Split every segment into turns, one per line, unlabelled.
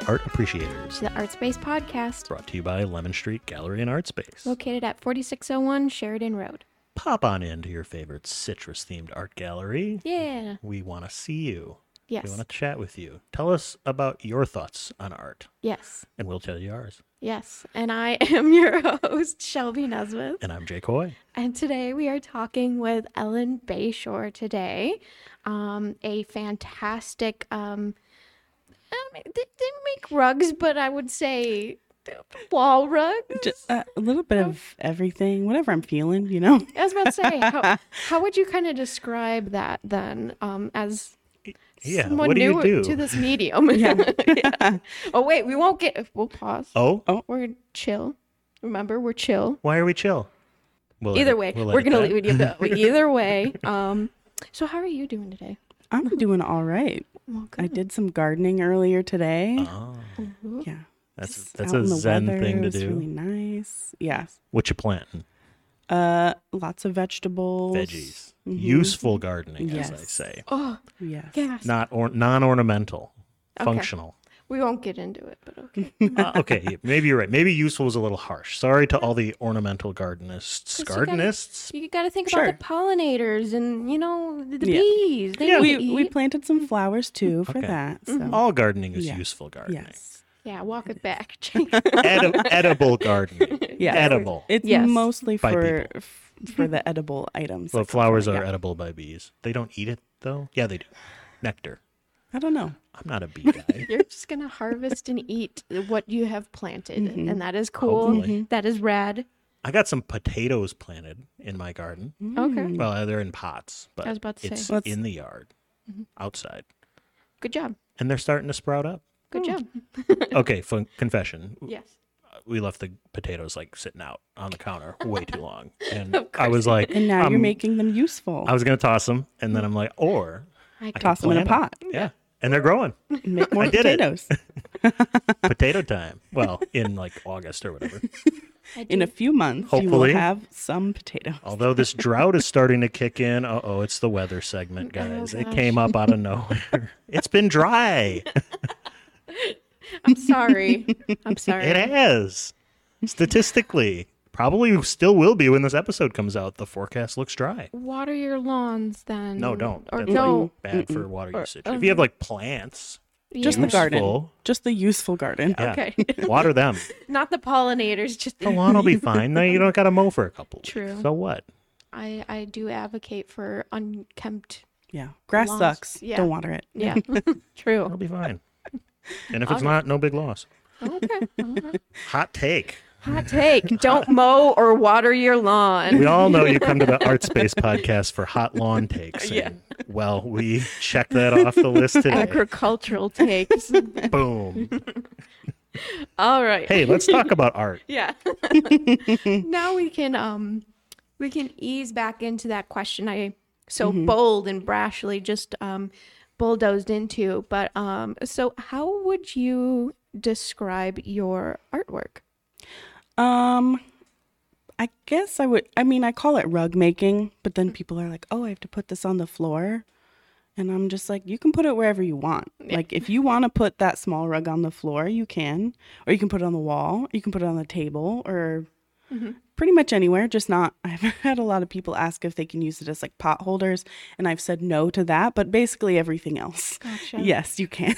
appreciators.
to the Art Space Podcast,
Brought to you by Lemon Street Gallery and Art Space.
located at 4601 Sheridan Road.
Pop on into your favorite citrus themed art gallery.
Yeah.
We want to see you.
Yes.
We want to chat with you. Tell us about your thoughts on art,
Yes.
and we'll tell you ours.
Yes. And I am your host, Shelby Nesmith.
And I'm Jake Hoy.
And today we are talking with Ellen Bayshore today, um, a fantastic. Um, um, they, they make rugs, but I would say wall rugs.
Just uh, a little bit of everything, whatever I'm feeling, you know.
I was about to say, how, how would you kind of describe that then, um, as
Yeah.
someone
what do
new
you do?
to this medium? Yeah. Oh wait, we won't get. We'll pause.
oh,
We're chill. Remember, we're chill.
why are we chill? We'll
either
edit-
way,
we'll
we are
edit
gonna
that.
leave it either way. Um, so how are you doing today? Oh,
I'm doing all right.
Well,
I
Uh-huh. good. Uh-huh.
did some gardening earlier today.
Oh,
Ooh.
yeah.
that's
Just
that's
out in
a
the
zen
weather.
thing
It
to
was
do.
Really nice. Yeah.
What you planting?
Uh, lots of vegetables.
Veggies.
Mm-hmm.
Mhm.
Useful gardening, as I
Yes.
say.
Oh,
Yes.
yes.
Not or, non-ornamental,
Okay.
functional.
We won't get into it, but okay.
Uh, okay, yeah, maybe you're right. Maybe useful is a little harsh. Sorry to all the ornamental
But
gardenists.
you gotta-
Gardenists.
You got to think
Sure.
about the pollinators and you know the, the
Yeah.
bees. They
Yeah,
need
we,
to
we
eat. Mm-hmm.
planted some flowers too for
Okay.
that. So
All gardening is
Yeah.
useful gardening.
yes.
yeah, walk it back. Jake.
Edi- edible gardening.
Yeah.
Edible.
It's
Yes.
mostly
By
for f- for the edible items.
Well,
like
flowers
that,
are
yeah.
edible by bees. They don't eat it though. Yeah, they do. Nectar.
I don't know.
I'm not a bee guy.
You're just gonna harvest and eat what you have planted, and that is cool.
Mm-hmm. Hopefully.
That is rad.
I got some potatoes planted in my garden.
Mm-hmm.
Okay,
Well, they're in pots, but
I was about to say.
it's
Let's-
in the yard,
Mm-hmm.
outside,
good job.
and they're starting to sprout up.
Good job.
Okay, fun- confession.
Yes.
We left the potatoes like sitting out on the counter way too long, and I was like,
And now you're
um,
making them useful.
I was gonna toss them, and then I'm like, or
I
I could
Toss 'em in a
plant 'em. Yeah, and they're growing.
Make more
I did it.
potatoes.
Potato time. Well, in like August or whatever.
I
In a
do.
few months, you
Hopefully.
will have some potatoes.
Although this drought is starting to kick in. Uh oh, it's the weather segment,
Oh,
guys. it
gosh.
came up out of nowhere. it's been dry.
I'm sorry. I'm sorry.
It has. Statistically, probably still will be when this episode comes out. The forecast looks dry.
Water your lawns then.
No, don't.
Mm-hmm. Or
That's
no.
like bad for water usage. If
oh.
you have like plants,
Just the
Yeah.
garden.
Useful.
Just the useful garden.
yeah,
Okay.
water them.
Not the pollinators. Just
The lawn will be fine. No, you don't got to mow for a couple. weeks.
True.
So what?
I I do advocate for unkempt.
Yeah. Grass
Lawns.
sucks.
Yeah.
Don't water it.
Yeah. True.
It'll be fine. And if it's not, no big loss.
Okay. alright.
Hot take.
Hot take. Don't mow or water your lawn.
We all know you come to the Art Space podcast for hot lawn takes. and, Well, we checked that off the list today.
Agricultural takes.
Boom.
All right.
Hey, let's talk about art.
Yeah. now we can um we can ease back into that question I so
Mm-hmm.
bold and brashly just um bulldozed into. But um so how would you describe your artwork?
Um I guess I would I mean I call it rug making, but then people are like, "Oh, I have to put this on the floor." And I'm just like, "You can put it wherever you want." Like if you want to put that small rug on the floor, you can, or you can put it on the wall, you can put it on the table or pretty much anywhere, just not I've had a lot of people ask if they can use it as like pot holders, and I've said no to that, but basically everything else.
Gotcha.
Yes, you can.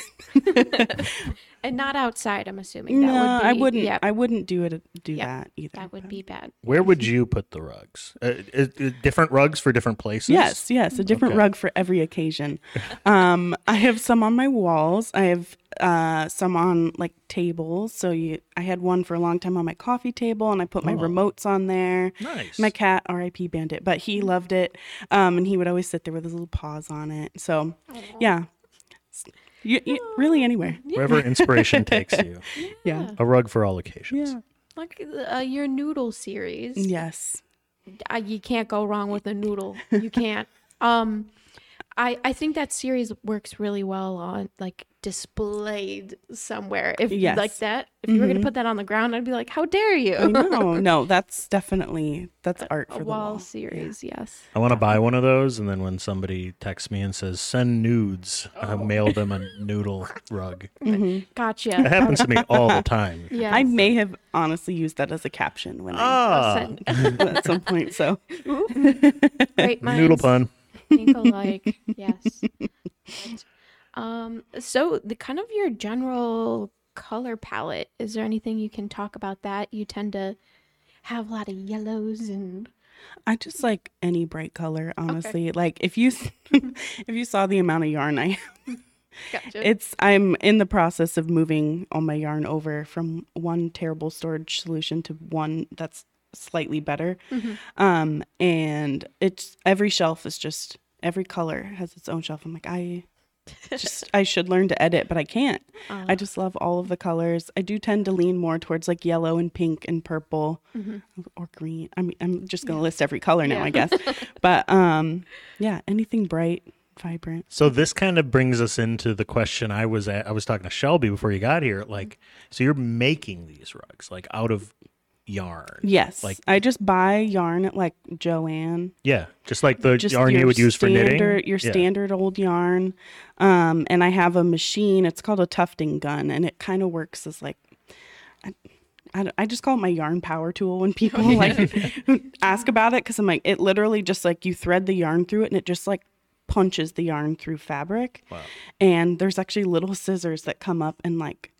And not outside, I'm assuming. That
no,
would be,
I wouldn't.
Yeah,
I wouldn't do it. Do
Yep.
that either.
that would
but-
be bad.
Where would you put the rugs? Uh, uh, uh, different rugs for different places?
Yes, yes, a different
Okay.
rug for every occasion. um, I have some on my walls. I have uh, some on like tables. So you, I had one for a long time on my coffee table, and I put my remotes on there.
Oh. Nice.
My cat, R.I.P. Bandit, but
Mm.
he loved it, um, and he would always sit there with his little paws on it. So, yeah, S- you, you, really anywhere.
Wherever inspiration takes you.
Yeah.
A rug for all occasions.
Yeah.
Like uh, your noodle series.
Yes.
uh, you can't go wrong with a noodle. You can't. Um, I, I think that series works really well on like displayed somewhere. If
Yes. Mm-hmm.
like that, if you were gonna put that on the ground, I'd be like, "How dare you!"
I know. No, that's definitely that's art for
A
the
wall
wall.
series, yes.
I want to
Uh-huh.
buy one of those, and then when somebody texts me and says "send nudes,"
Oh.
I mail them a noodle rug. That
Gotcha.
happens to me all the time.
Yeah,
I may have honestly used that as a caption when I
Ah,
at some point. So
great minds
noodle pun.
think alike. yes. Right. Um. So the kind of your general color palette. Is there anything you can talk about that you tend to have a lot of yellows and
I just like any bright color, honestly. Like if you s- if you saw the amount of yarn I
gotcha.
it's I'm in the process of moving all my yarn over from one terrible storage solution to one that's slightly better. Um and it's every shelf is just every color has its own shelf. I'm like I just I should learn to edit, but I can't.
Oh,
I just love all of the colors. I do tend to lean more towards like yellow and pink and purple or green. I mean, I'm just gonna list every color now, I guess. but um, yeah, anything bright, vibrant.
So this kind of brings us into the question I was at. I was talking to Shelby before you got here. Like, so you're making these rugs like out of yarn.
Yes,
Like-
like I just buy yarn at like Joanne.
Yeah, just like the
Just
yarn you
your
would use for knitting.
standard- Your
Yeah.
standard old yarn. Um, and I have a machine. It's called a tufting gun, and it kind of works as like. I, I don't- I just call it my yarn power tool when people like ask about it because I'm like it literally just like you thread the yarn through it and it just like punches the yarn through fabric. Wow. And there's actually little scissors that come up and like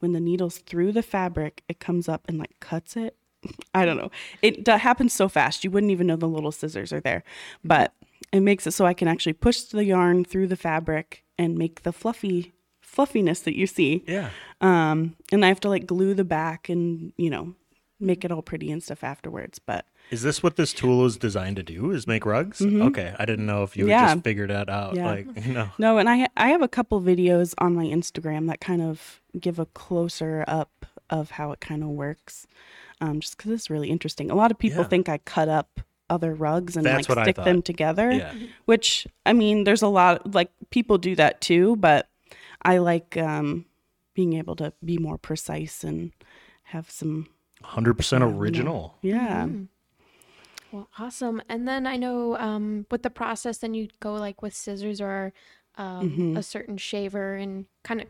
when the needle's through the fabric, it comes up and like cuts it. I don't know. It d- happens so fast you wouldn't even know the little scissors are there, but it makes it so I can actually push the yarn through the fabric and make the fluffy fluffiness that you see.
Yeah.
Um, and I have to like glue the back and you know make it all pretty and stuff afterwards. But
Is this what this tool is designed to do? Is make rugs? Okay, I didn't know if you
Mm-hmm. Yeah.
had just figured that out.
Yeah.
Like, no.
No, and I I have a couple videos on my Instagram that kind of give a closer up of how it kind of works, um, just because it's really interesting. A lot of people
Yeah.
think I cut up other rugs and
That's
like
what I
stick them
thought.
together,
Yeah.
which I mean, there's a lot like people do that too, but I like um, being able to be more precise and have some
Hundred percent original.
yeah.
Well, awesome. And then I know um, with the process, then you go like with scissors or um,
Mm-hmm.
a certain shaver and kind of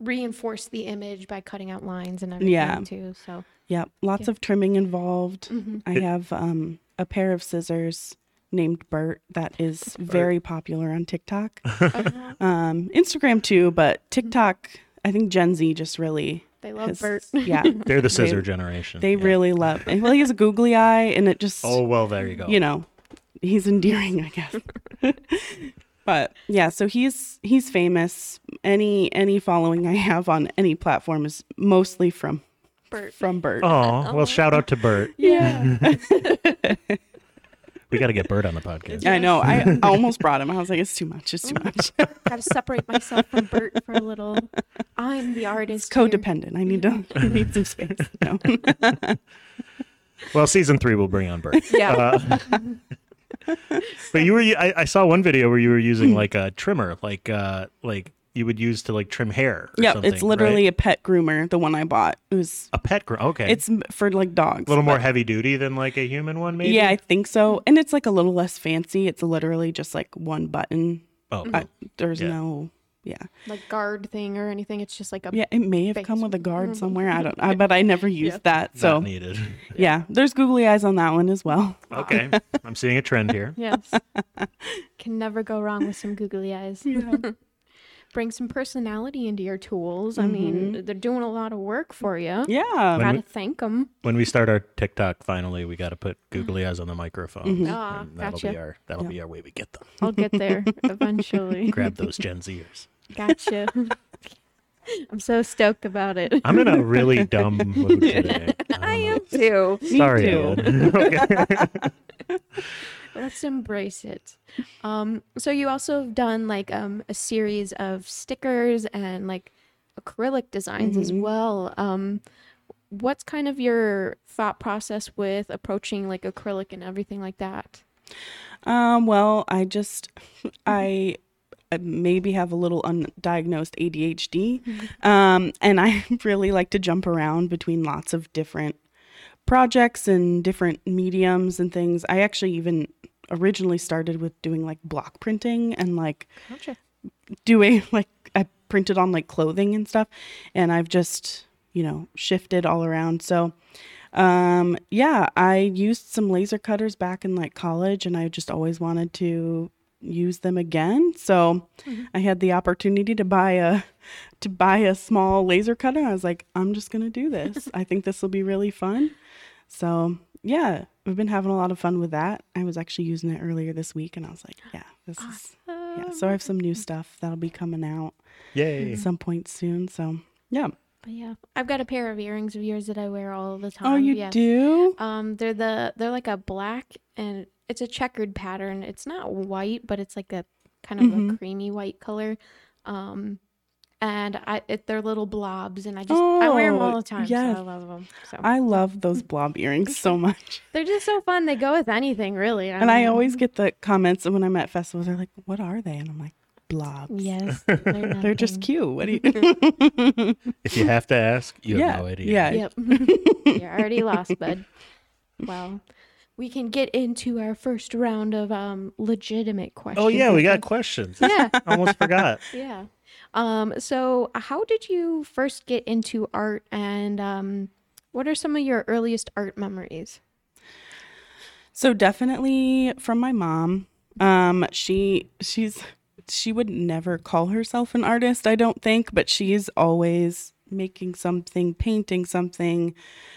reinforce the image by cutting out lines and everything
Yeah.
too. So
Yeah, lots of trimming involved.
Mm-hmm.
I have um, a pair of scissors named Bert that is very popular on TikTok,
Uh-huh.
um, Instagram too, but TikTok. I think Gen Z just really
they Mm-hmm. love
has-
Bert.
Yeah,
They're the scissor generation.
they
Yeah.
really love. And well, he has a googly eye, and it just
Oh well, there you go.
you know he's endearing, I guess. but yeah, so he's he's famous. Any any following I have on any platform is mostly from
Bert.
from Bert.
Oh well, shout out to Bert.
Yeah.
We got to get Bert on the podcast.
I know. I almost brought him. I was like, it's too much. It's too much.
Got to separate myself from Bert for a little. I'm the artist.
It's
here.
codependent. I need to I need some space. No.
Well, season three will bring on Bert. Uh,
Yeah.
But you were I, I saw one video where you were using like a trimmer, like uh like you would use to like trim hair. Or
Yep.
something,
It's literally
right?
a pet groomer. The one I bought. It was.
a pet. Gr- okay,
It's m- for like dogs.
a little more heavy duty than like a human one, maybe.
Yeah, I think so. And it's like a little less fancy. It's literally just like one button.
Oh,
I, there's
Yeah.
no. Yeah.
like guard thing or anything. It's just like a.
Yeah. It may have come with a guard somewhere. I don't. I but I never used that. So
Mm-hmm. not needed.
yeah, there's googly eyes on that one as well.
Okay, I'm seeing a trend here.
Yes. Can never go wrong with some googly eyes. Bring some personality into your tools. I mean,
Mm-hmm.
they're doing a lot of work for you.
Yeah.
Gotta thank them.
When we start our TikTok, finally, we got to put googly eyes on the microphone.
Ah,
and that'll be
gotcha.
our that'll be our way we get them.
I'll get there eventually.
Grab those Gen Zers.
Gotcha. I'm so stoked about it.
I'm in a really dumb mood today. Um,
I am too.
Sorry.
too.
Ellen. Okay.
Let's embrace it. Um, so you also have done like um, a series of stickers and like acrylic designs as well. Um, what's kind of your thought process with approaching like acrylic and everything like that?
Um, well, I just, I uh, maybe have a little undiagnosed ADHD. Um, and I really like to jump around between lots of different projects and different mediums and things. I actually even originally started with doing like block printing and like
Gotcha.
doing like I printed on like clothing and stuff and I've just, you know, shifted all around. So um yeah, I used some laser cutters back in like college and I just always wanted to use them again. So I had the opportunity to buy a to buy a small laser cutter. I was like, I'm just going to do this. I think this will be really fun. So, yeah, we've been having a lot of fun with that. I was actually using it earlier this week and I was like, yeah, this is
Uh, Oh,
yeah, so I have some new stuff that'll be coming out
Yay.
at some point soon. So yeah.
But yeah, I've got a pair of earrings of yours that I wear all the time.
Oh, you
yes.
do?
Um, they're the they're like a black and it's a checkered pattern. It's not white, but it's like a kind of
Mm-hmm.
a creamy white color. Um, and I it, they're little blobs, and I just I wear them
Oh,
all the time.
yes.
So I love them. So
I love those blob earrings so much.
they're just so fun. They go with anything, really.
And I
mean,
always get the comments when I'm at festivals, they're like, What are they? And I'm like, Blobs.
yes, they're,
They're
nothing.
just cute. What do you
If you have to ask, you
Yeah.
have no idea.
Yeah.
Yep. You're already lost, bud. Well, we can get into our first round of um legitimate questions.
Oh yeah, we
I
got
think.
questions.
Yeah,
Almost forgot.
yeah. Um so how did you first get into art and um what are some of your earliest art memories?
So definitely from my mom. Um, she she's she would never call herself an artist, I don't think, but she is always making something, painting something,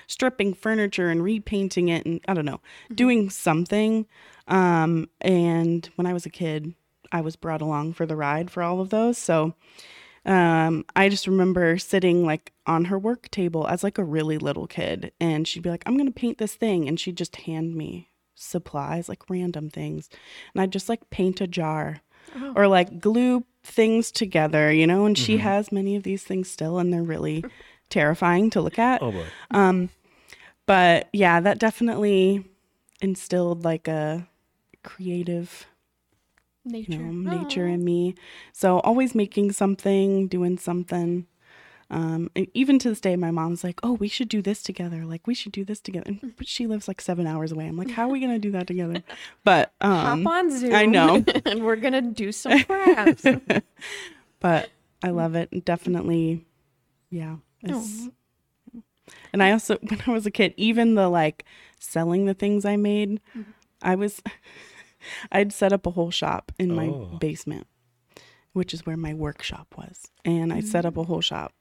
stripping furniture and repainting it and I don't know, doing something. Um, and when I was a kid, I was brought along for the ride for all of those. So um, I just remember sitting like on her work table as like a really little kid, and she'd be like, "I'm gonna paint this thing," and she'd just hand me supplies, like random things, and I'd just like paint a jar or like glue things together, you know. And she has many of these things still, and they're really terrifying to look at
Oh boy.
but yeah that definitely instilled like a creative
Nature.
you know nature in me so always making something doing something um and even to this day my mom's like oh we should do this together like we should do this together And- but she lives like seven hours away i'm like how are we gonna do that together but um
Hop on Zoom.
I know.
and we're going to do some crafts.
but I love it. Definitely, yeah. it's- And I also, when I was a kid, even the like selling the things I made, I was, I'd set up a whole shop in my
Oh.
basement, which is where my workshop was, and I set up a whole shop.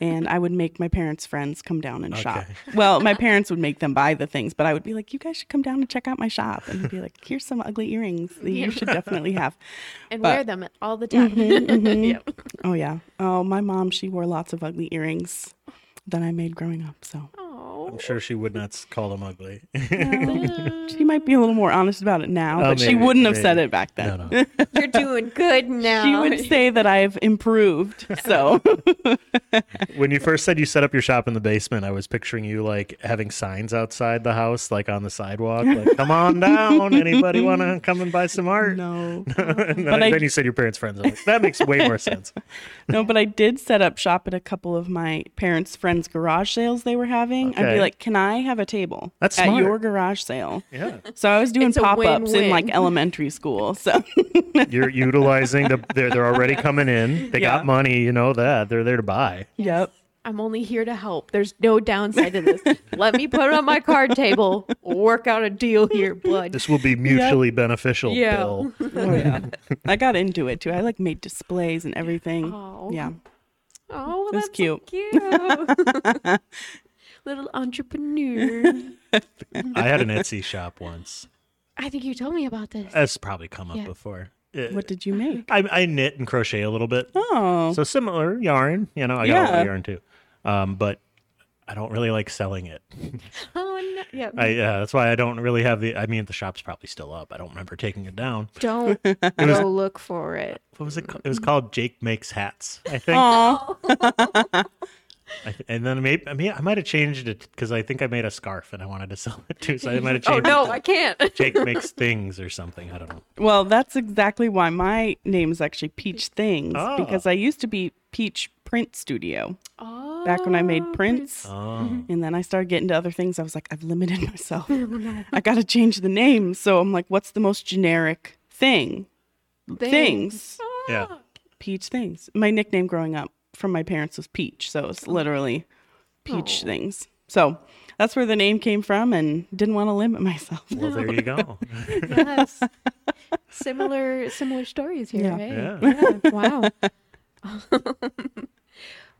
And I would make my parents' friends come down and shop. Well, my parents would make them buy the things, but I would be like, "You guys should come down and check out my shop." And they'd be like, "Here's some ugly earrings that you should definitely have."
and
But- Mm-hmm,
wear them all the time. yep.
Oh yeah. Oh, my mom, she wore lots of ugly earrings that I made growing up. So
Oh.
mm-hmm.
I'm sure she would not s- call them ugly.
she might be a little more honest about it now,
Oh,
but she
maybe,
wouldn't have said
maybe.
it back then.
no, no.
You're doing good now.
She would say that I've improved. So
When you first said you set up your shop in the basement, I was picturing you like having signs outside the house, like on the sidewalk, like "Come on down, anybody want to come and buy some art?"
no.
and
But
then,
I-
then you said your parents' friends. I'm like, that makes way more sense.
No, but I did set up shop at a couple of my parents' friends' garage sales they were having. I'd
Okay.
be like, "Can I have a table
That's
at
smart.
your garage sale?"
Yeah,
So I was doing
It's a
pop-ups in like
win-win.
elementary school. So
you're utilizing the. They're, they're already coming in. They
Yeah.
got money. You know that they're there to buy.
yep.
I'm only here to help. There's no downside to this. Let me put it on my card table. Work out a deal here, bud.
This will be mutually beneficial.
Yeah.
Bill.
Oh, yeah. I got into it too. I like made displays and everything.
Oh.
Yeah.
Oh, well,
That's
that's so cute. Little entrepreneur.
I had an Etsy shop once.
I think you told me about this.
That's probably come up
Yeah.
before. Uh,
What did you make?
I, I knit and crochet a little bit.
Oh,
So similar yarn, you know, I got a lot
Yeah.
of yarn too. Um, but I don't really like selling it.
Oh, no. Yeah.
I uh, that's why I don't really have the. I mean, the shop's probably still up. I don't remember taking it down.
Don't go look for it.
What was it? ca- It was called Jake Makes Hats. I think.
Aw.
I th- and then maybe I mean I might have changed it because I think I made a scarf and I wanted to sell it too. So I might have
Oh
changed.
no,
it
I can't.
to Jake makes things or something. I don't know.
Well, that's exactly why my name is actually Peach Things
Ah.
because I used to be Peach Print Studio
Oh,
back when I made prints.
Oh,
And then I started getting to other things. I was like, I've limited myself. I got to change the name. So I'm like, what's the most generic thing?
Things.
Things.
yeah.
Peach Things. My nickname growing up from my parents was Peach. So it's literally Peach Things. So that's where the name came from and didn't want to limit myself.
Well, there you go.
Yes. similar similar stories here,
Yeah.
right?
Yeah.
Yeah, Wow.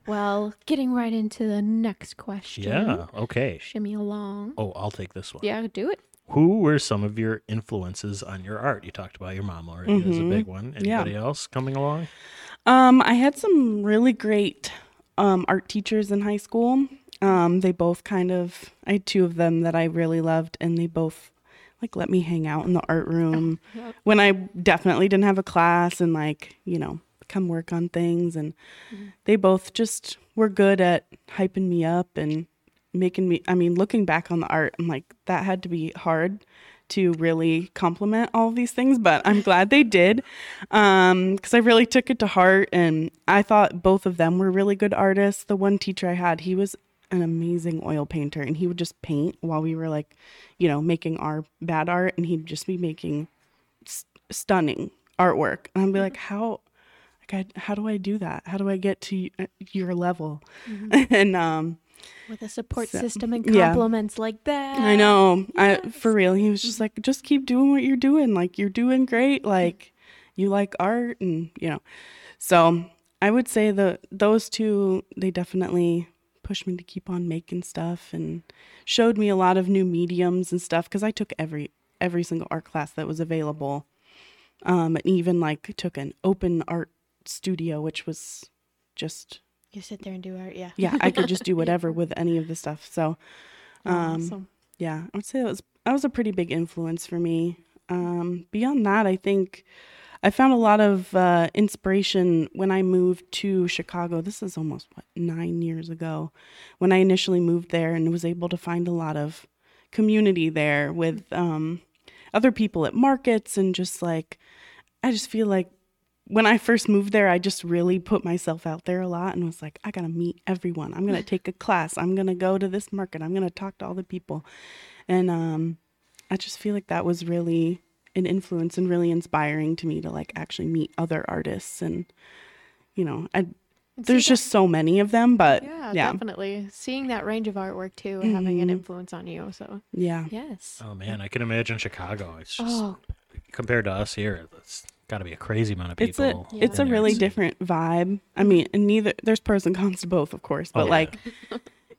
well, getting right into the next question.
yeah. Okay.
Shimmy along.
Oh, I'll take this one.
Yeah, do it.
Who were some of your influences on your art? You talked about your mom already as a big one.
Mm-hmm. Yeah.
Anybody else coming along?
Um, I had some really great um, art teachers in high school. Um, they both kind of, I had two of them that I really loved, and they both like let me hang out in the art room when I definitely didn't have a class and like, you know, come work on things. And they both just were good at hyping me up and making me, I mean, looking back on the art, I'm like, that had to be hard to really compliment all these things, but I'm glad they did because I really took it to heart. And I thought both of them were really good artists. The one teacher I had, he was an amazing oil painter and he would just paint while we were like, you know, making our bad art and he'd just be making st- stunning artwork. And I'd be like, how? like, I- How do I do that? How do I get to y- uh, your level? and um,
With a support
So-
system and
yeah.
compliments like that.
I know. I for real. He was just like, just keep doing what you're doing. Like you're doing great. Like you like art, and you know. So I would say the those two they definitely pushed me to keep on making stuff and showed me a lot of new mediums and stuff because I took every every single art class that was available. Um, and even like took an open art studio, which was just
You sit there and do art, yeah.
yeah, I could just do whatever with any of the stuff. So
Oh,
um,
Awesome.
yeah, I would say that was that was a pretty big influence for me. Um, beyond that, I think I found a lot of uh, inspiration when I moved to Chicago. This is almost what nine years ago, when I initially moved there and was able to find a lot of community there with um, other people at markets and just like I just feel like when I first moved there, I just really put myself out there a lot and was like, I gotta meet everyone. I'm gonna take a class. I'm gonna go to this market. I'm gonna talk to all the people. And um, I just feel like that was really an influence and really inspiring to me to like actually meet other artists. And, you know, I, there's just so many of them, but
Yeah,
yeah, yeah.
definitely. Seeing that range of artwork too and having
Mm-hmm.
an influence on you. So yes.
Oh man, I can imagine Chicago. It's just
Oh,
compared to us here. It's got to be a crazy amount of people.
It's a
in
it's a
there.
really different vibe. I mean, and neither there's pros and cons to both, of course, but
Oh, yeah.
like,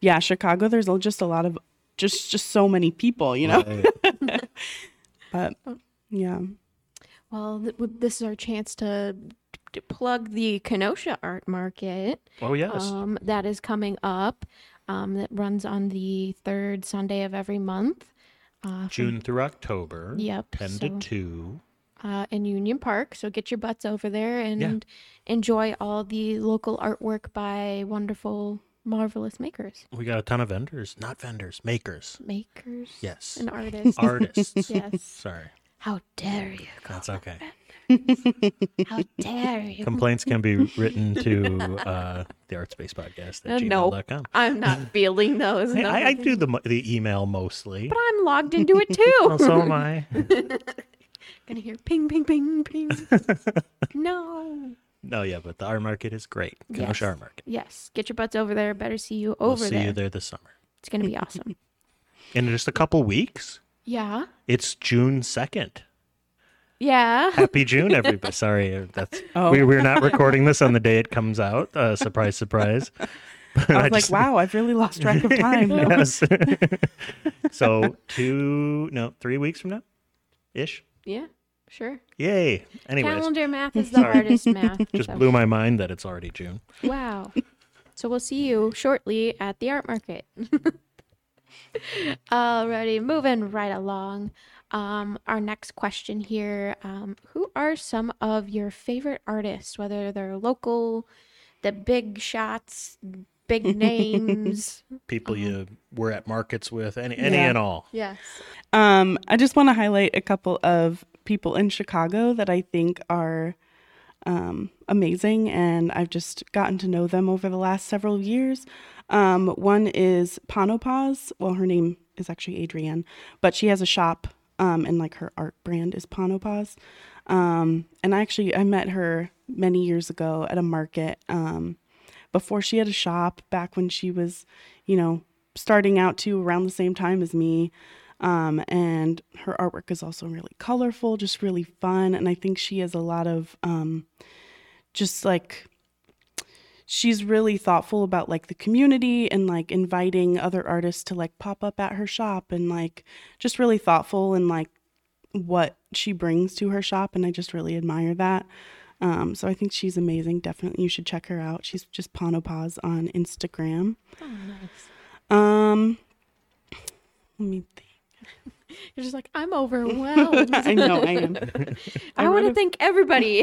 yeah, Chicago, there's a- just a lot of just just so many people, you know.
Right.
But yeah,
well, th- w- this is our chance to, to plug the Kenosha Art Market.
Oh yes.
Uh,
um, that is coming up um, that runs on the third Sunday of every month. Uh, from-
June through October.
Yep,
Ten
so-
to two.
uh, in Union Park. So get your butts over there and
Yeah.
enjoy all the local artwork by wonderful, marvelous makers.
We got a ton of vendors, not vendors, makers.
Makers.
Yes.
And artists.
Artists.
yes.
Sorry,
How dare you?
that's okay.
How dare you?
Complaints can be written to uh, the Artspace Podcast
Uh,
at
no.
gmail.com.
I'm not feeling those.
Hey,
no.
I, I do the mo- the email mostly.
But I'm logged into it too.
Well, so am I.
Gonna hear ping, ping, ping, ping. no.
No, yeah, but the art market is great. Kenosha
Yes.
Art Market.
Yes, get your butts over there. Better see you
We'll
over
see
there.
you there this summer.
It's gonna be awesome.
In just a couple weeks,
yeah,
it's June 2nd.
yeah.
Happy June, everybody. Sorry, uh, that's
Oh.
we, we're not recording this on the day it comes out. Uh, surprise, surprise.
I was like,
just-
wow, I've really lost track of time.
Yes. so two, no, three weeks from now, ish.
Yeah, sure.
Yay. Anyways,
Calendar math is the hardest math.
just
so-
blew my mind that it's already June.
Wow. So we'll see you shortly at the art market. Alrighty, moving right along. Um, our next question here: um, Who are some of your favorite artists, whether they're local, the big shots, big names.
people
Uh-huh.
you were at markets with, any any
Yeah.
and all.
yes.
Um, I just want to highlight a couple of people in Chicago that I think are um, amazing, and I've just gotten to know them over the last several years. Um, one is Panopaz. Well, her name is actually Adrienne, but she has a shop, um, and like her art brand is Panopaz. Um, and I actually I met her many years ago at a market. Um, before she had a shop back when she was, you know, starting out too around the same time as me. Um, and her artwork is also really colorful, just really fun. And I think she has a lot of um, just like, she's really thoughtful about like the community and like inviting other artists to like pop up at her shop and like just really thoughtful and like what she brings to her shop. And I just really admire that. Um, so I think she's amazing. Definitely, you should check her out. She's just Ponopaz on Instagram.
Oh, nice.
Um, let me think.
You're just like I'm overwhelmed.
I know I am.
I,
I
want to
would've-
thank everybody,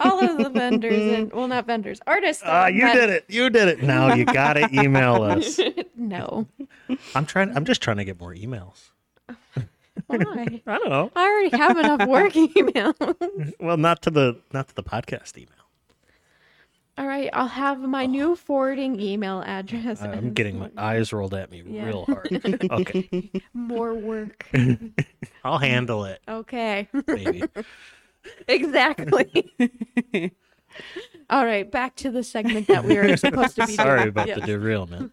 all of the vendors, and well, not vendors, artists. that
Ah,
I've
you
met.
did it. You did it. Now you gotta email us.
No,
I'm trying. I'm just trying to get more emails.
why?
I don't know.
I already have enough work email.
Well, not to the not to the podcast email.
all right, I'll have my new forwarding email address.
Oh. I'm getting my eyes rolled at me
Yeah.
real hard. Okay,
more work.
I'll handle it,
Okay,
baby.
exactly. all right, back to the segment that we were supposed to be.
Sorry
doing.
about
Yes.
the derailment.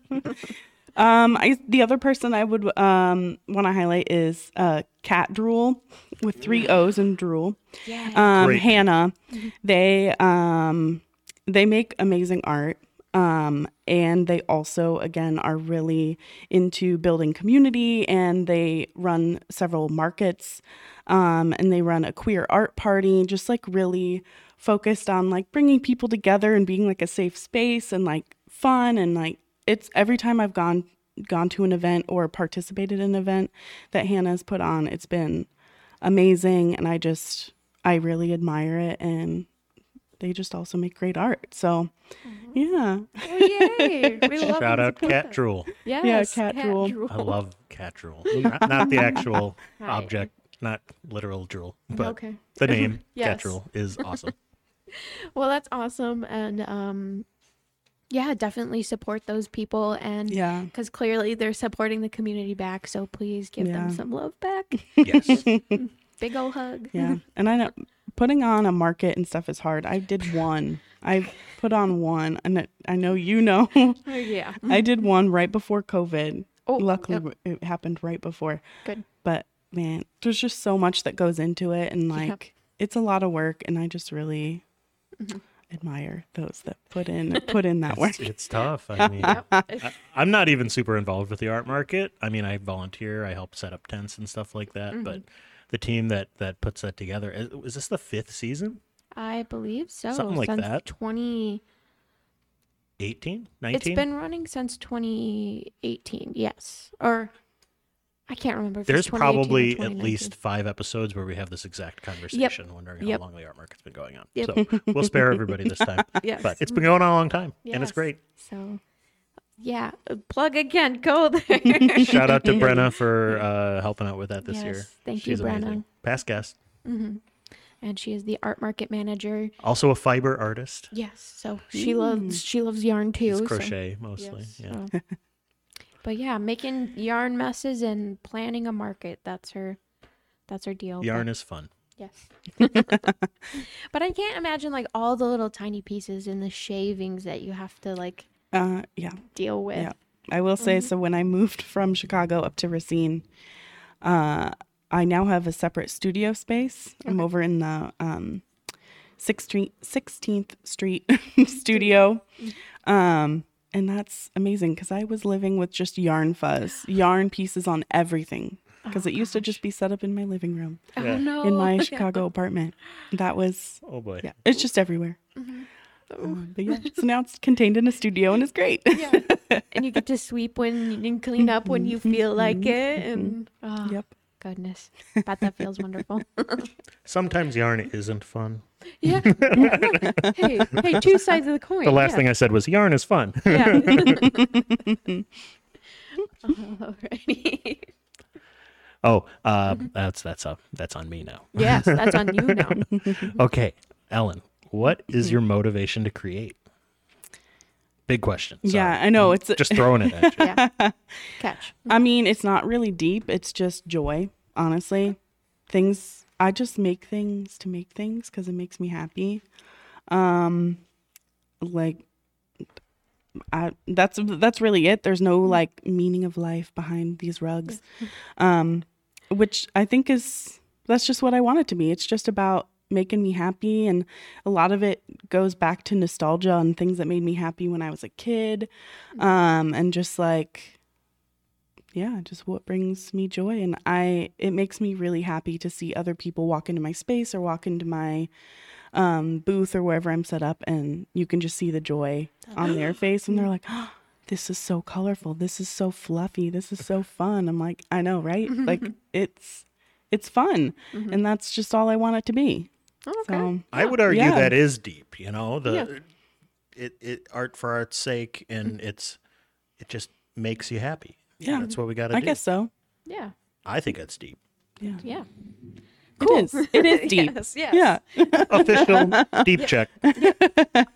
Um, I the other person I would um want to highlight is uh Cat Drool with three O's and Drool.
Yeah.
Um,
Great.
Hannah, they um they make amazing art. Um, and they also again are really into building community and they run several markets um, and they run a queer art party just like really focused on like bringing people together and being like a safe space and like fun and like it's every time I've gone gone to an event or participated in an event that Hannah's put on, it's been amazing and I just I really admire it and they just also make great art. So
Mm-hmm.
yeah.
Oh, yay! We love
Shout
and
out
support
Cat
that.
Drool.
Yes,
Cat Drool.
I love cat drool. Not, not the actual
Right.
object, not literal drool, but
Okay.
the name cat
Yes.
drool is awesome.
Well, that's awesome, and um, yeah, definitely support those people, and
Yeah.
because clearly they're supporting the community back, so please give them
Yeah.
some love back.
Yes.
Big ol' hug.
Yeah. and I know putting on a market and stuff is hard. I did one. I put on one and it, I know you know.
Oh, yeah.
I did one right before COVID.
Oh,
Luckily
yep.
it happened right before.
Good.
but man, there's just so much that goes into it, and
Yeah.
like it's a lot of work, and I just really
Mm-hmm.
admire those that put in put in that work.
It's, it's tough. I mean, I, I'm not even super involved with the art market. I mean, I volunteer, I help set up tents and stuff like that,
Mm-hmm.
but the team that that puts that together is, is this the 5th season?
I believe so.
Something like
since
that.
Twenty.
18?
It's
19?
been running since 2018. Yes, or I can't remember. If
There's
it's 2018 or
probably at
2019.
least 5 episodes where we have this exact conversation wondering
Yep.
how long the art market's been going on.
Yep.
So, we'll spare everybody this time.
Yes.
But it's been going on a long time and
Yes.
it's great.
So, yeah, uh, plug again. Go there. Mm-hmm.
Shout out to Brenna for uh, helping out with that this
Yes,
year.
thank you,
She's amazing.
Brenna.
Past guest.
and she is the art market manager.
Also a fiber artist.
Yes, so she loves she loves yarn too.
It's
so-
crochet Mm. mostly.
yes, Oh,
yeah.
so. but yeah, making yarn messes and planning a market. That's her. That's her deal. but-
Yarn is fun.
Yes. but I can't imagine like all the little tiny pieces and the shavings that you have to like
Uh, yeah,
deal with.
yeah. I will say so. When I moved from Chicago up to Racine, uh, I now have a separate studio space. I'm over in the um, 16th, 16th Street studio. Um, and that's amazing because I was living with just yarn fuzz, yarn pieces on everything. Because it used to just be set up in my living room,
Yeah.
Oh no.
in my Chicago apartment. That was,
Oh boy.
yeah, it's just everywhere. Um, but yeah, so now it's contained in a studio and it's great.
and you get to sweep when and clean up when you feel like it. And oh,
Mm-hmm. Yep.
goodness, bet that feels wonderful.
Sometimes yarn isn't fun.
Yeah. hey, hey, two sides of the coin.
The last
yeah.
thing I said was yarn is fun.
Yeah. Alrighty.
oh, uh,
Mm-hmm.
that's that's uh, that's on me now.
Yes, that's on you now. Mm-hmm.
Okay, Ellen, what is your motivation to create? Big question. sorry.
Yeah, I know. It's
Just throwing it at you.
Yeah. Catch.
I mean, it's not really deep. It's just joy, honestly. Things I just make things to make things cuz it makes me happy. Um like I that's that's really it. There's no like meaning of life behind these rugs. Um which I think is that's just what I want it to be. It's just about making me happy and a lot of it goes back to nostalgia and things that made me happy when I was a kid. Um and just like yeah, just what brings me joy. And I, it makes me really happy to see other people walk into my space or walk into my um, booth or wherever I'm set up, and you can just see the joy on their face. And they're like, oh, this is so colorful. This is so fluffy. This is so fun. I'm like, I know, right? Like, it's, it's fun. And that's just all I want it to be.
Mm-hmm. Okay.
So,
I would argue
Yeah.
that is deep. You know, the
Yeah.
it, it art for art's sake, and it's it just makes you happy.
Yeah.
that's what we got to
I
do.
guess so.
Yeah.
I think that's deep.
Yeah.
Yeah.
It is. It is deep.
yes. Yes.
Yeah.
Official deep check.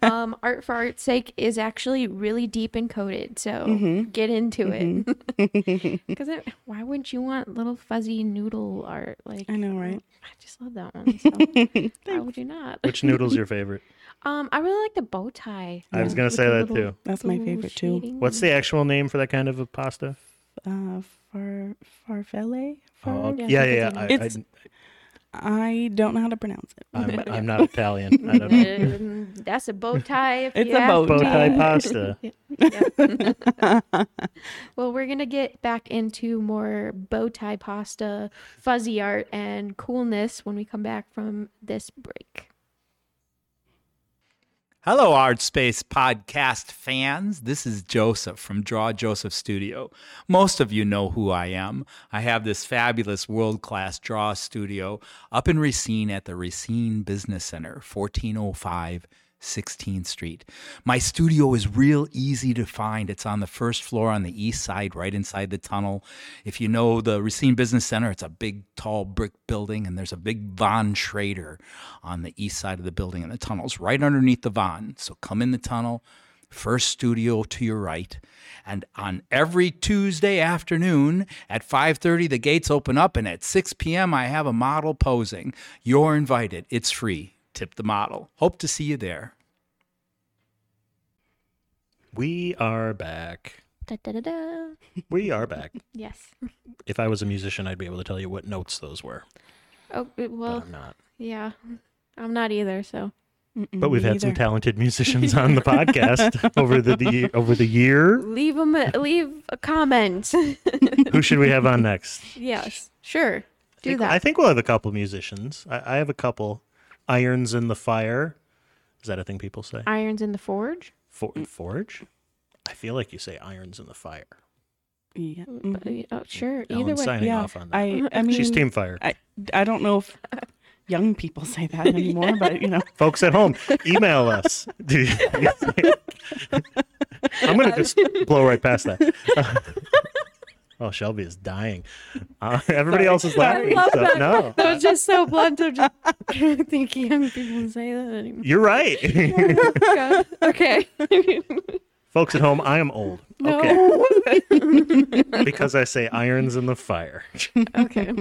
um, art for art's sake is actually really deep and coded. So
Mm-hmm.
get into it. Because why wouldn't you want little fuzzy noodle art? Like
I know, right?
I just love that one. So why would you not?
Which noodle's your favorite?
Um, I really like the bow tie.
I was gonna
with
say
the
that
little
too.
That's my
blue
favorite too.
shading.
What's the actual name for that kind of a pasta?
Uh, far, farfalle?
Oh,
Far,
yeah,
yeah,
yeah,
I think I
yeah. I,
do know. It's- I don't know how to pronounce it.
am I'm not Italian. I don't know.
Um, that's a bow tie. If
It's
you
a
ask
bow
me.
Bow tie
Yeah.
pasta.
Well, we're gonna get back into more bow tie pasta, fuzzy art, and coolness when we come back from this break.
Hello, Art Space podcast fans. This is Joseph from Draw Joseph Studio. Most of you know who I am. I have this fabulous world class draw studio up in Racine at the Racine Business Center, 1405 16th Street. My studio is real easy to find. It's on the first floor on the east side, right inside the tunnel. If you know the Racine Business Center, it's a big, tall brick building, and there's a big Von Schrader on the east side of the building, and the tunnel's right underneath the Von. So come in the tunnel, first studio to your right and on every tuesday afternoon at 5.30 the gates open up and at 6 p.m i have a model posing you're invited it's free tip the model hope to see you there
We are back.
Da, da, da, da.
We are back.
Yes.
If I was a musician, I'd be able to tell you what notes those were,
Oh it-
but um,
well,
I'm not.
yeah. I'm not either. So
But we've had some talented musicians on the podcast over the, the over the year.
leave them. A, leave a comment.
Who should we have on next?
yes. Sure.
I
Do
think-
that.
I think we'll have a couple musicians. I, I have a couple. Irons in the fire. Is that a thing people say?
Irons in the forge.
For, forge. I feel like you say irons in the fire.
Yeah.
But, uh, oh, sure. Either
Ellen's
way.
signing off on that.
I, I mean,
She's team fire.
I, I don't know if young people say that anymore, but you know,
folks at home, email us. Do you- I'm going to just blow right past that. oh, Shelby is dying. Uh, everybody else is laughing.
love
so-
that.
No,
That was just so blunt. I'm just, I don't think young people say that anymore.
you're right.
God. Okay.
folks at home, I am old. Okay.
no.
Because I say irons in the fire.
Okay.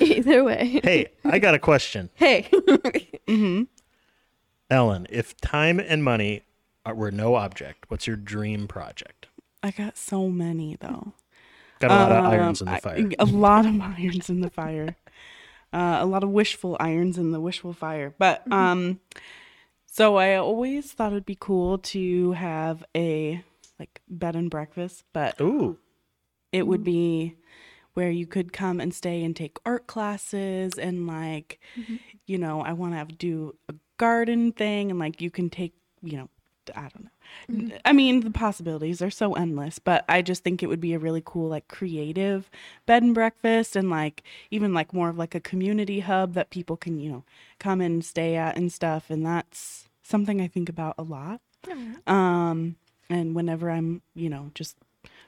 Either way.
Hey, I got a question.
Hey.
Ellen, if time and money are, were no object, what's your dream project?
I got so many though.
Got a lot of
Um,
irons in the
I-
fire.
A lot of irons in the fire. Uh, a lot of wishful irons in the wishful fire. But um, so I always thought it'd be cool to have a like bed and breakfast, but
Ooh.
it would be where you could come and stay and take art classes and like you know i want to have do a garden thing and like you can take you know I don't know. I mean, the possibilities are so endless, but I just think it would be a really cool, like, creative bed and breakfast, and like even like more of like a community hub that people can, you know, come and stay at and stuff. And that's something I think about a lot. Um, and whenever I'm, you know, just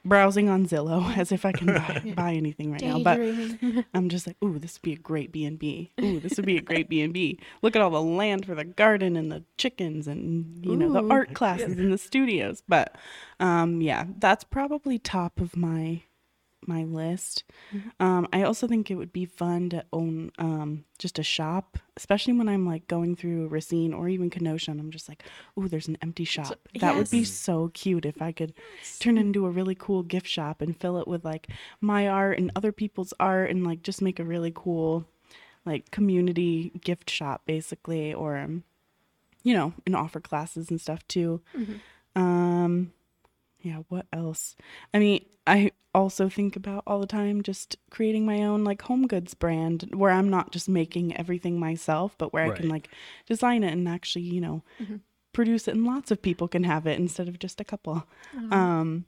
browsing on Zillow as if I can buy, buy anything right now, but
Daydreaming.
I'm just like, ooh, this would be a great B and B. Ooh, this would be a great B and B. Look at all the land for the garden and the chickens and you know the
Ooh.
art classes and the studios. But um, yeah, that's probably top of my my list. Um, I also think it would be fun to own um, just a shop, especially when I'm like going through Racine or even Kenosha, and I'm just like, ooh, there's an empty shop. that would be
yes.
so cute if I could turn it into a really cool gift shop and fill it with like my art and other people's art and like just make a really cool like community gift shop basically or um, you know and offer classes and stuff too um yeah what else i mean i also think about all the time just creating my own like home goods brand where i'm not just making everything myself but where i can
Right.
like design it and actually you know produce it and lots of people can have it instead of just a couple um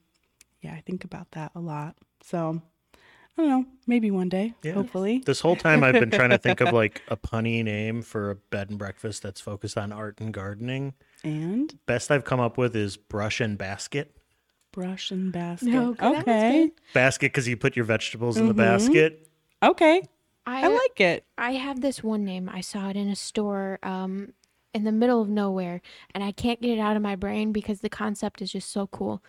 yeah i think about that a lot so i don't know maybe one day
Yeah.
hopefully
This whole time I've been trying to think of like a punny name for a bed and breakfast that's focused on art and gardening.
and
Best I've come up with is brush and basket.
brush and basket
No, that one's
okay
good.
Basket because you put your vegetables in the basket.
okay
I,
i like it
I have this one name. I saw it in a store um, in the middle of nowhere, and I can't get it out of my brain because the concept is just so cool.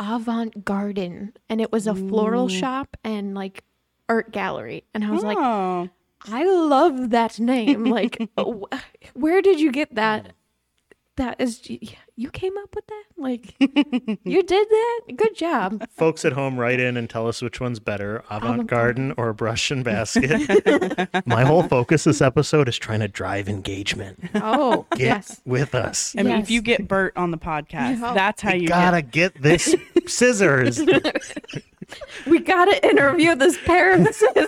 Avant Garden, and it was a floral shop and like art gallery, and I was like,
oh
I love that name. Like, uh, wh- where did you get that? That is, you came up with that? Like, you did that? Good job.
Folks at home, write in and tell us which one's better, avant garden or brush and basket. My whole focus this episode is trying to drive engagement.
Oh,
Get
yes.
with us.
I mean,
Yes.
if you get Bert on the podcast,
No.
that's how you
Gotta get this scissors.
We got to interview this pair of sisters.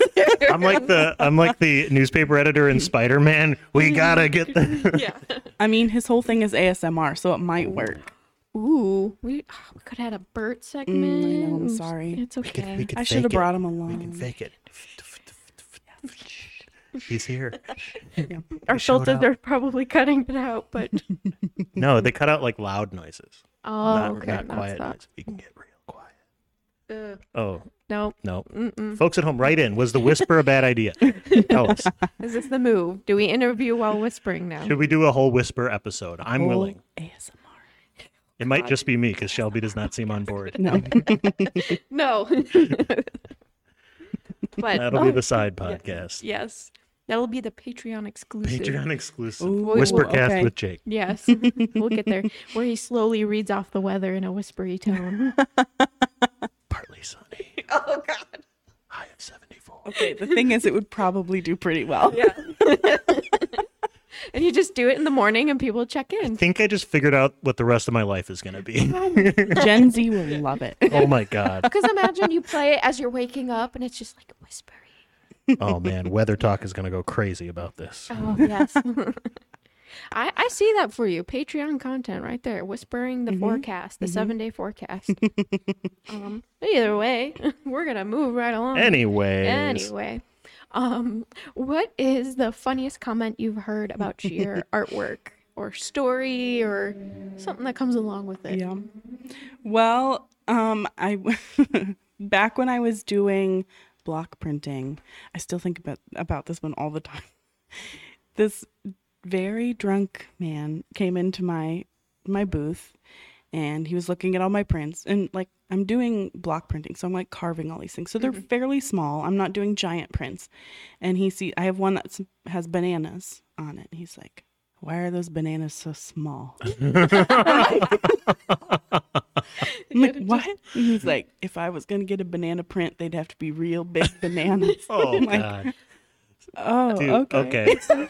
I'm like the I'm like the newspaper editor in Spider Man. We gotta get the
yeah.
get. I mean, his whole thing is ASMR, so it might work.
Ooh, we, oh, we could have had a Bert segment.
Mm, I'm
Oops.
sorry.
It's okay.
could
I should have
fake it.
brought him
We can
along.
fake it. He's here.
Our
showed
filters
up.
are probably cutting it out, but
No, they cut out like loud noises.
oh,
not,
okay,
not
that's
quiet
not-
noises. We can get real quiet.
Ugh,
Oh,
no,
no.
mm-mm.
Folks at home, write in. Was the whisper a bad idea? Oh, Tell us.
is this the move? Do we interview while whispering now?
Should we do a whole whisper episode? I'm
Whole
willing.
ASMR.
It might just be me because Shelby does not seem on board.
No.
No. but
That'll
oh,
be the side podcast.
yes, that'll be the Patreon exclusive.
Patreon exclusive.
Ooh,
Whispercast
okay.
with Jake.
Yes, we'll get there. Where he slowly reads off the weather in a whispery tone.
Partly sunny. Oh, God. High of 74.
Okay, the thing is, it would probably do pretty well. Yeah.
and you just do it in the morning, and people check
I
in.
think I just figured out what the rest of my life is going to be.
Gen Z will love it.
oh, my God.
Because imagine you play it as you're waking up, and it's just like whispery.
Oh, man. Weather Talk is going to go crazy about this.
Oh yes. I, I see that for you. Patreon content right there. Whispering the forecast, the seven day forecast. um, either way, we're gonna move right along.
Anyways.
Anyway, um, what is the funniest comment you've heard about your artwork or story or something that comes along with it?
Yeah. Well, um, I back when I was doing block printing, I still think about about this one all the time. This very drunk man came into my my booth and he was looking at all my prints and like I'm doing block printing, so I'm like carving all these things. So they're fairly small. I'm not doing giant prints. And he see I have one that has bananas on it. And he's like, "Why are those bananas so small?" I'm like, what? And he's like, if I was gonna get a banana print, they'd have to be real big bananas.
Oh,
I'm like,
God.
oh,
Dude,
okay.
okay.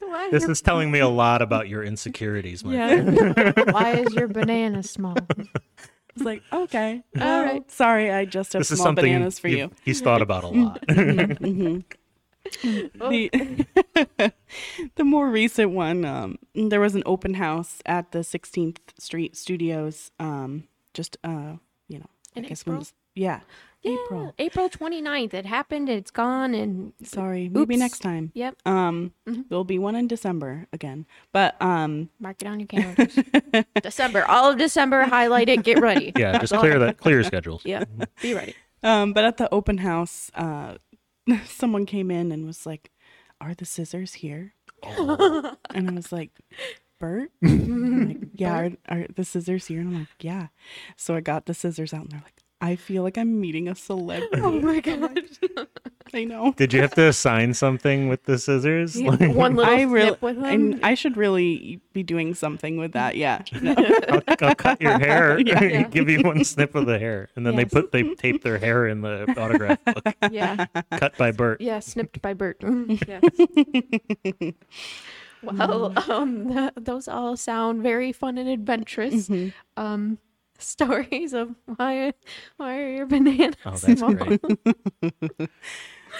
Why
This
your-
is telling me a lot about your insecurities, my
yeah. Why is your banana small?
It's like, okay.
All
All
right.
right. Sorry, I just have
This is
small
something
bananas for
you've-
you.
he's thought about a lot.
The, the more recent one, um, there was an open house at the 16th Street Studios. Um, just uh, you know,
In
I guess when
April?
was- yeah,
Yeah,
April.
April 29th. It happened. It's gone. And
Sorry, maybe
Oops.
next time.
yep,
Um, there'll be one in December again, but um,
mark it on your calendars. December, all of December. Highlight it. Get ready.
Yeah, just clear that clear your schedules.
Yeah, be ready.
Um, but at the open house, uh, someone came in and was like, "Are the scissors here?"
Oh.
and I was like, "Bert, I'm like, yeah, are, are the scissors here?" And I'm like, "Yeah." So I got the scissors out, and they're like, "I feel like I'm meeting a celebrity."
Oh my god!
I know.
Did you have to sign something with the scissors? Like,
One little
I really,
snip with
and
him.
I should really be doing something with that. Yeah,
I'll, I'll cut your hair.
Yeah.
Yeah.
Give you one snip of the hair, and then
Yes.
they put they tape their hair in the autograph book.
yeah,
Cut by Bert.
yeah, snipped by Bert. Mm, yeah. well, um, th- those all sound very fun and adventurous. Um, stories of why why are your bananas
Oh, that's
small?
great.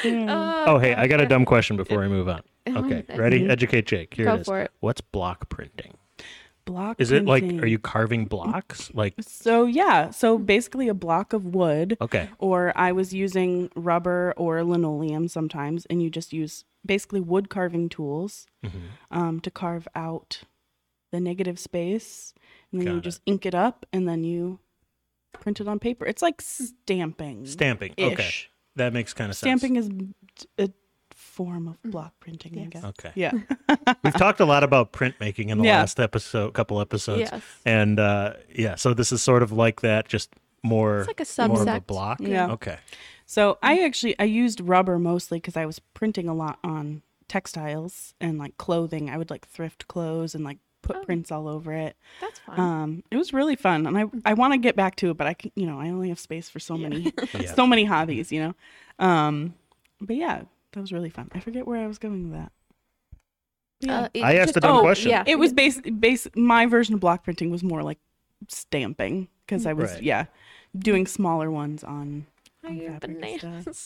Oh, hey, I got a dumb question before we move on. Okay, ready? Educate Jake. Here
Oh, Go
it is.
for it.
What's block printing?
block.
Is it like are
printing.
you carving blocks? Like
So yeah, so basically a block of wood.
okay,
or I was using rubber or linoleum sometimes, and you just use basically wood carving tools
Mm-hmm.
Mm-hmm.
um, to carve out the negative space, and then you
Got it.
just ink it up, and then you print it on paper. It's like stamping.
stamping. Okay,
Ish.
that makes kind of sense.
Stamping is a form of block printing, I guess.
Okay.
Yeah.
We've talked a lot about printmaking in the
Yeah.
last episode, couple episodes,
Yes.
and uh, yeah, so this is sort of like that, just more
It's like a
more of a
subsect.
block.
Yeah.
Okay.
So I actually I used rubber mostly because I was printing a lot on textiles and like clothing. I would like thrift clothes and like put prints all over it.
That's Oh. fun.
Um, it was really fun, and I I want to get back to it, but I can, you know I only have space for so many
Yeah.
so many hobbies, you know. Um, but yeah, that was really fun. I forget where I was going with that. Yeah.
Uh, it
I asked
just-
a dumb
oh,
question.
yeah.
it was base base my version of block printing was more like stamping because I was
Right.
yeah doing smaller ones on.
Why are
on
your
fabric and stuff.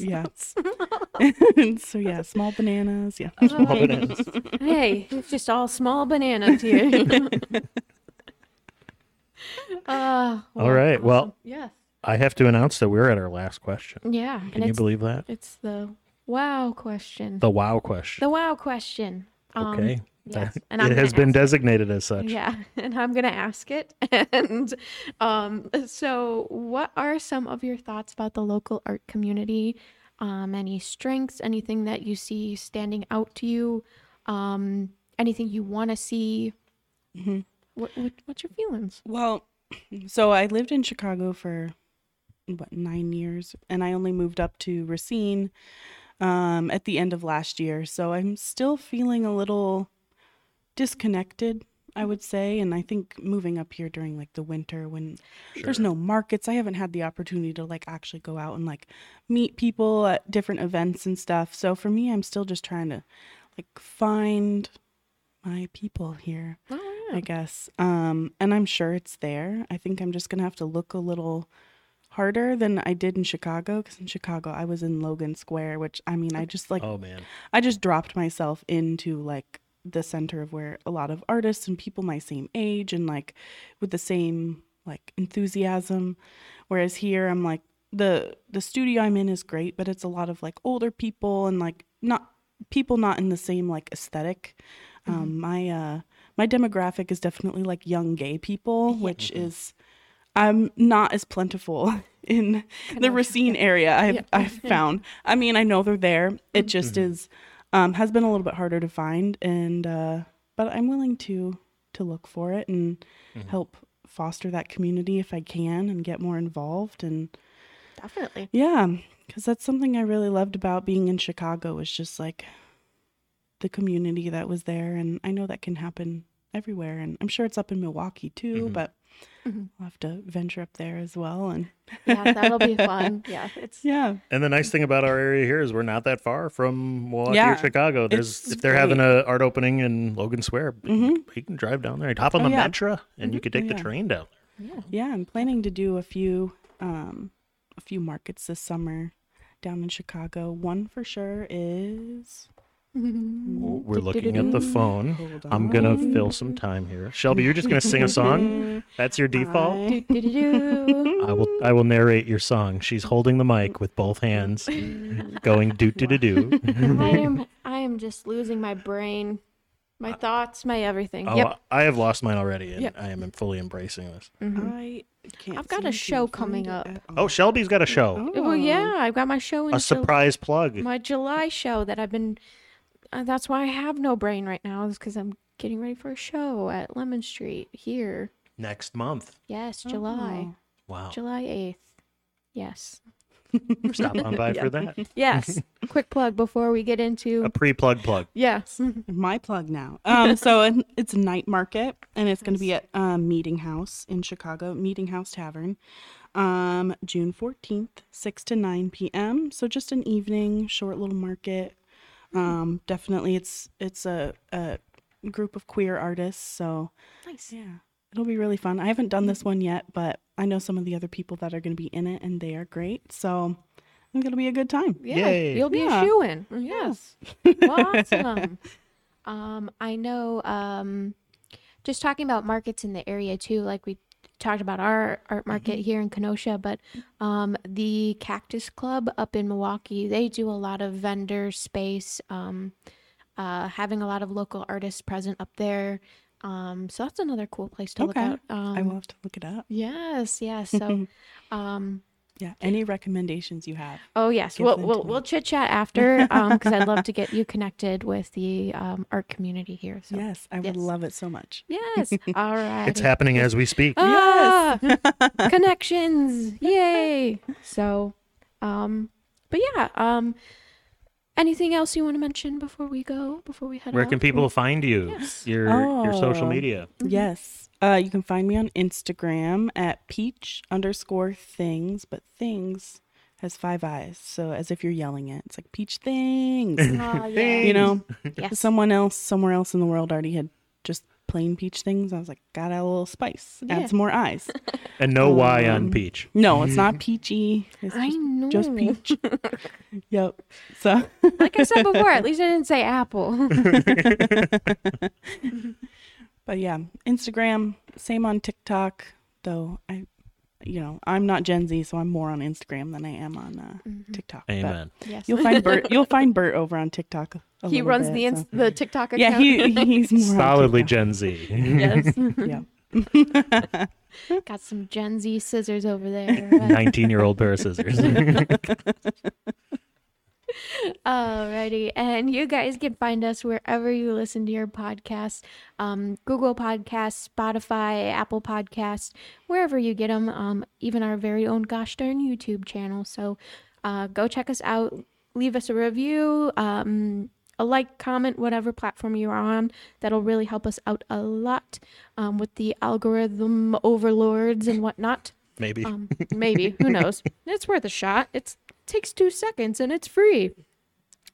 bananas so
Yeah.
small?
so yeah, small bananas. Yeah.
Small bananas.
hey, it's just all small bananas here. uh,
All right. Well,
yes.
I have to announce that we're at our last question.
Yeah.
Can
and
you
it's,
believe that?
it's the wow question. The,
The wow question.
wow question. Um,
okay.
yes,
That-
and I'm
it has
gonna
been
ask it.
designated as such.
Yeah, and I'm gonna ask it. And um, so, what are some of your thoughts about the local art community? Um, any strengths? Anything that you see standing out to you? Um, anything you want to see? Mm-hmm. What, what What's your feelings?
Well, so I lived in Chicago for what nine years, and I only moved up to Racine um, at the end of last year. So I'm still feeling a little disconnected, I would say. And I think moving up here during like the winter when there's no markets, I haven't had the opportunity to like actually go out and like meet people at different events and stuff. So for me, I'm still just trying to like find my people here.
Oh,
I guess. Um, and I'm sure it's there. I think I'm just gonna have to look a little harder than I did in Chicago because in Chicago I was in Logan Square, which I mean I just like
Oh man.
I just dropped myself into like the center of where a lot of artists and people my same age and like with the same like enthusiasm. Whereas here I'm like the the studio I'm in is great, but it's a lot of like older people and like not people not in the same like aesthetic. Um, my uh my demographic is definitely like young gay people, which is I'm not as plentiful in the Racine area. I've, I've found. I mean, I know they're there. It just is um, has been a little bit harder to find, and uh, but I'm willing to to look for it and help foster that community if I can and get more involved and
Definitely.
yeah, because that's something I really loved about being in Chicago was just like the community that was there, and I know that can happen everywhere, and I'm sure it's up in Milwaukee too,
Mm-hmm.
but
Mm-hmm.
I'll have to venture up there as well, and
Yeah, that'll be fun. Yeah, it's
yeah,
And the nice thing about our area here is we're not that far from Milwaukee
Yeah.
or Chicago. There's
It's
if they're having a art opening in Logan Square, you,
Mm-hmm.
you can drive down there. You'd hop on
Oh,
the
yeah.
Metra and you could take the
Yeah.
train down there.
yeah, I'm planning to do a few um a few markets this summer down in Chicago. One for sure is
W- We're looking at the phone. I'm gonna fill some time here. Shelby, you're just gonna sing a song. That's your default.
Do, do, do, do.
I will. I will narrate your song. She's holding the mic with both hands, going do do do do.
I am I am just losing my brain, my thoughts, my everything.
Oh,
yep.
I have lost mine already, and
Yep.
I am fully embracing this.
Mm-hmm.
I can't.
I've got
seem
a
to
show
find
coming
it
up.
at all.
Oh, Shelby's got a show,
Well, yeah, I've got my show in
Oh. a
Ju-
surprise plug.
Oh, my July show that I've been. Uh, that's why I have no brain right now is because I'm getting ready for a show at Lemon Street here.
next month.
Yes, July,
Wow.
July eighth. Yes,
Stop on by for that.
yes. Quick plug before we get into.
A pre plug plug.
Yes.
my plug now. Um, so it- it's night market, and it's going to be at um, Meeting House in Chicago, Meeting House Tavern, um, June fourteenth, six to nine p.m. So just an evening, short little market. Um, definitely, it's it's a, a group of queer artists, so
nice.
yeah, it'll be really fun. I haven't done this one yet, but I know some of the other people that are going to be in it, and they are great. So I think it'll be a good time.
Yeah,
Yay.
you'll be
Yeah. Mm-hmm.
a shoe in. Yes. awesome. Um, I know um just talking about markets in the area too, like we talked about our art market
Mm-hmm.
here in Kenosha, but um the Cactus Club up in Milwaukee, they do a lot of vendor space, um uh having a lot of local artists present up there. Um so that's another cool place to
Okay.
look out. Um
I will have to look it up.
Yes, yes. So um
Yeah, any recommendations you have?
Oh yes,
Give
we'll
them
we'll,
to
we'll chit chat after because I'd love to get you connected with the um, art community here. So.
Yes, I would
Oh, yes.
love it so much.
Yes. All right. Ah,
It's happening as we speak.
Oh, connections. Yay. So, um, but yeah. Um, anything else you want to mention before we go? Before we head
Where
out?
can people find you?
Yes.
Your your social
Oh.
media.
Mm-hmm.
Yes. Uh, you can find me on Instagram at peach underscore things, but things has five eyes. So as if you're yelling it, it's like peach things.
Ah, yeah.
you know,
Yes.
someone else somewhere else in the world already had just plain peach things. I was like, gotta add a little spice,
Yeah.
add some more eyes.
And no Y
Um,
on Peach.
No, it's not peachy. It's
I
just,
know.
just peach. yep. So
like I said before, at least I didn't say apple.
But yeah, Instagram, same on TikTok, though I you know, I'm not Gen Z, so I'm more on Instagram than I am on uh,
Mm-hmm.
TikTok. but
Amen.
yes.
You'll find Bert you'll find Bert over on TikTok. a-
he
a little
runs
bit,
the ins-
so-
the TikTok account.
Yeah, he he's more on
Solidly Gen Z.
yes.
TikTok, yeah.
Got some Gen Z scissors over there. but-
19 year old pair of scissors.
Alrighty, and you guys can find us wherever you listen to your podcasts, um, Google Podcasts, Spotify, Apple Podcasts, wherever you get them. Um, even our very own gosh darn YouTube channel. So, uh, go check us out. Leave us a review, um, a like, comment, whatever platform you're on. That'll really help us out a lot um, with the algorithm overlords and whatnot.
Maybe.
Um, maybe who knows? It's worth a shot. It's takes two seconds and it's free.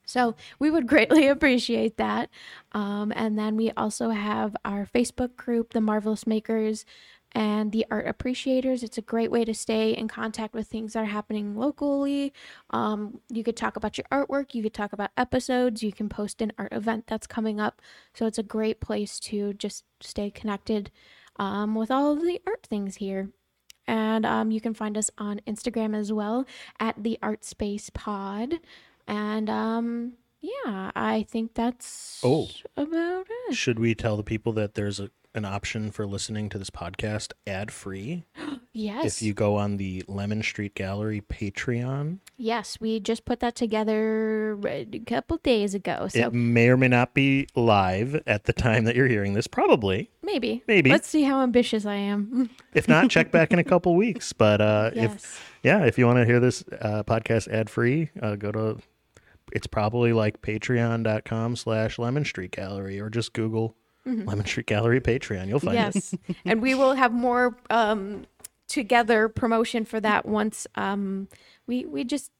So we would greatly appreciate that. Um, and then we also have our Facebook group, the Marvelous Makers and the Art Appreciators. It's a great way to stay in contact with things that are happening locally. Um, you could talk about your artwork, you could talk about episodes, you can post an art event that's coming up. So it's a great place to just stay connected um, with all of the art things here. And um, you can find us on Instagram as well at the Art Space Pod. And um, yeah, I think that's
Oh.
about it.
Should we tell the people that there's a, an option for listening to this podcast ad free
Yes.
if you go on the Lemon Street Gallery Patreon?
yes, we just put that together a couple days ago. So
It may or may not be live at the time that you're hearing this, probably.
maybe.
maybe.
Let's see how ambitious I am.
If not, check back in a couple weeks. But uh, if
yes.
yeah, if you want to hear this uh, podcast ad free, uh, go to it's probably like patreon.com slash lemon street gallery or just Google lemon street gallery Patreon. You'll find it.
Mm-hmm. Yes. and we will have more um, together promotion for that once um, we, we just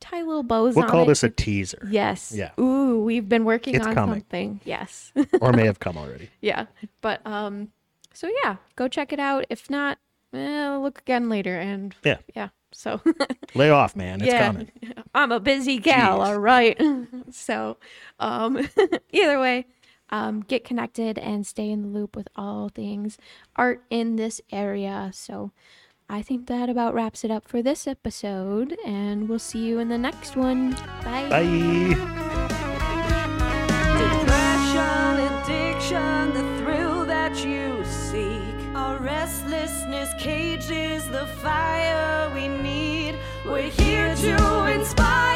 tie little bows
We'll
on
call
it.
this a teaser
Yes.
Yeah.
Ooh, we've been working
It's
on
coming.
something. Yes.
or may have come already.
yeah. But um, so yeah, go check it out. If not, eh, look again later. And
Yeah.
yeah. So
Lay off, man. It's
yeah,
coming.
I'm a busy gal.
Jeez.
All right. so, um, either way, um, get connected and stay in the loop with all things art in this area. So, I think that about wraps it up for this episode, and we'll see you in the next one. Bye.
Bye.
Depression, addiction, the thrill that you seek. Our restlessness cage is the fire we need. We're here to inspire.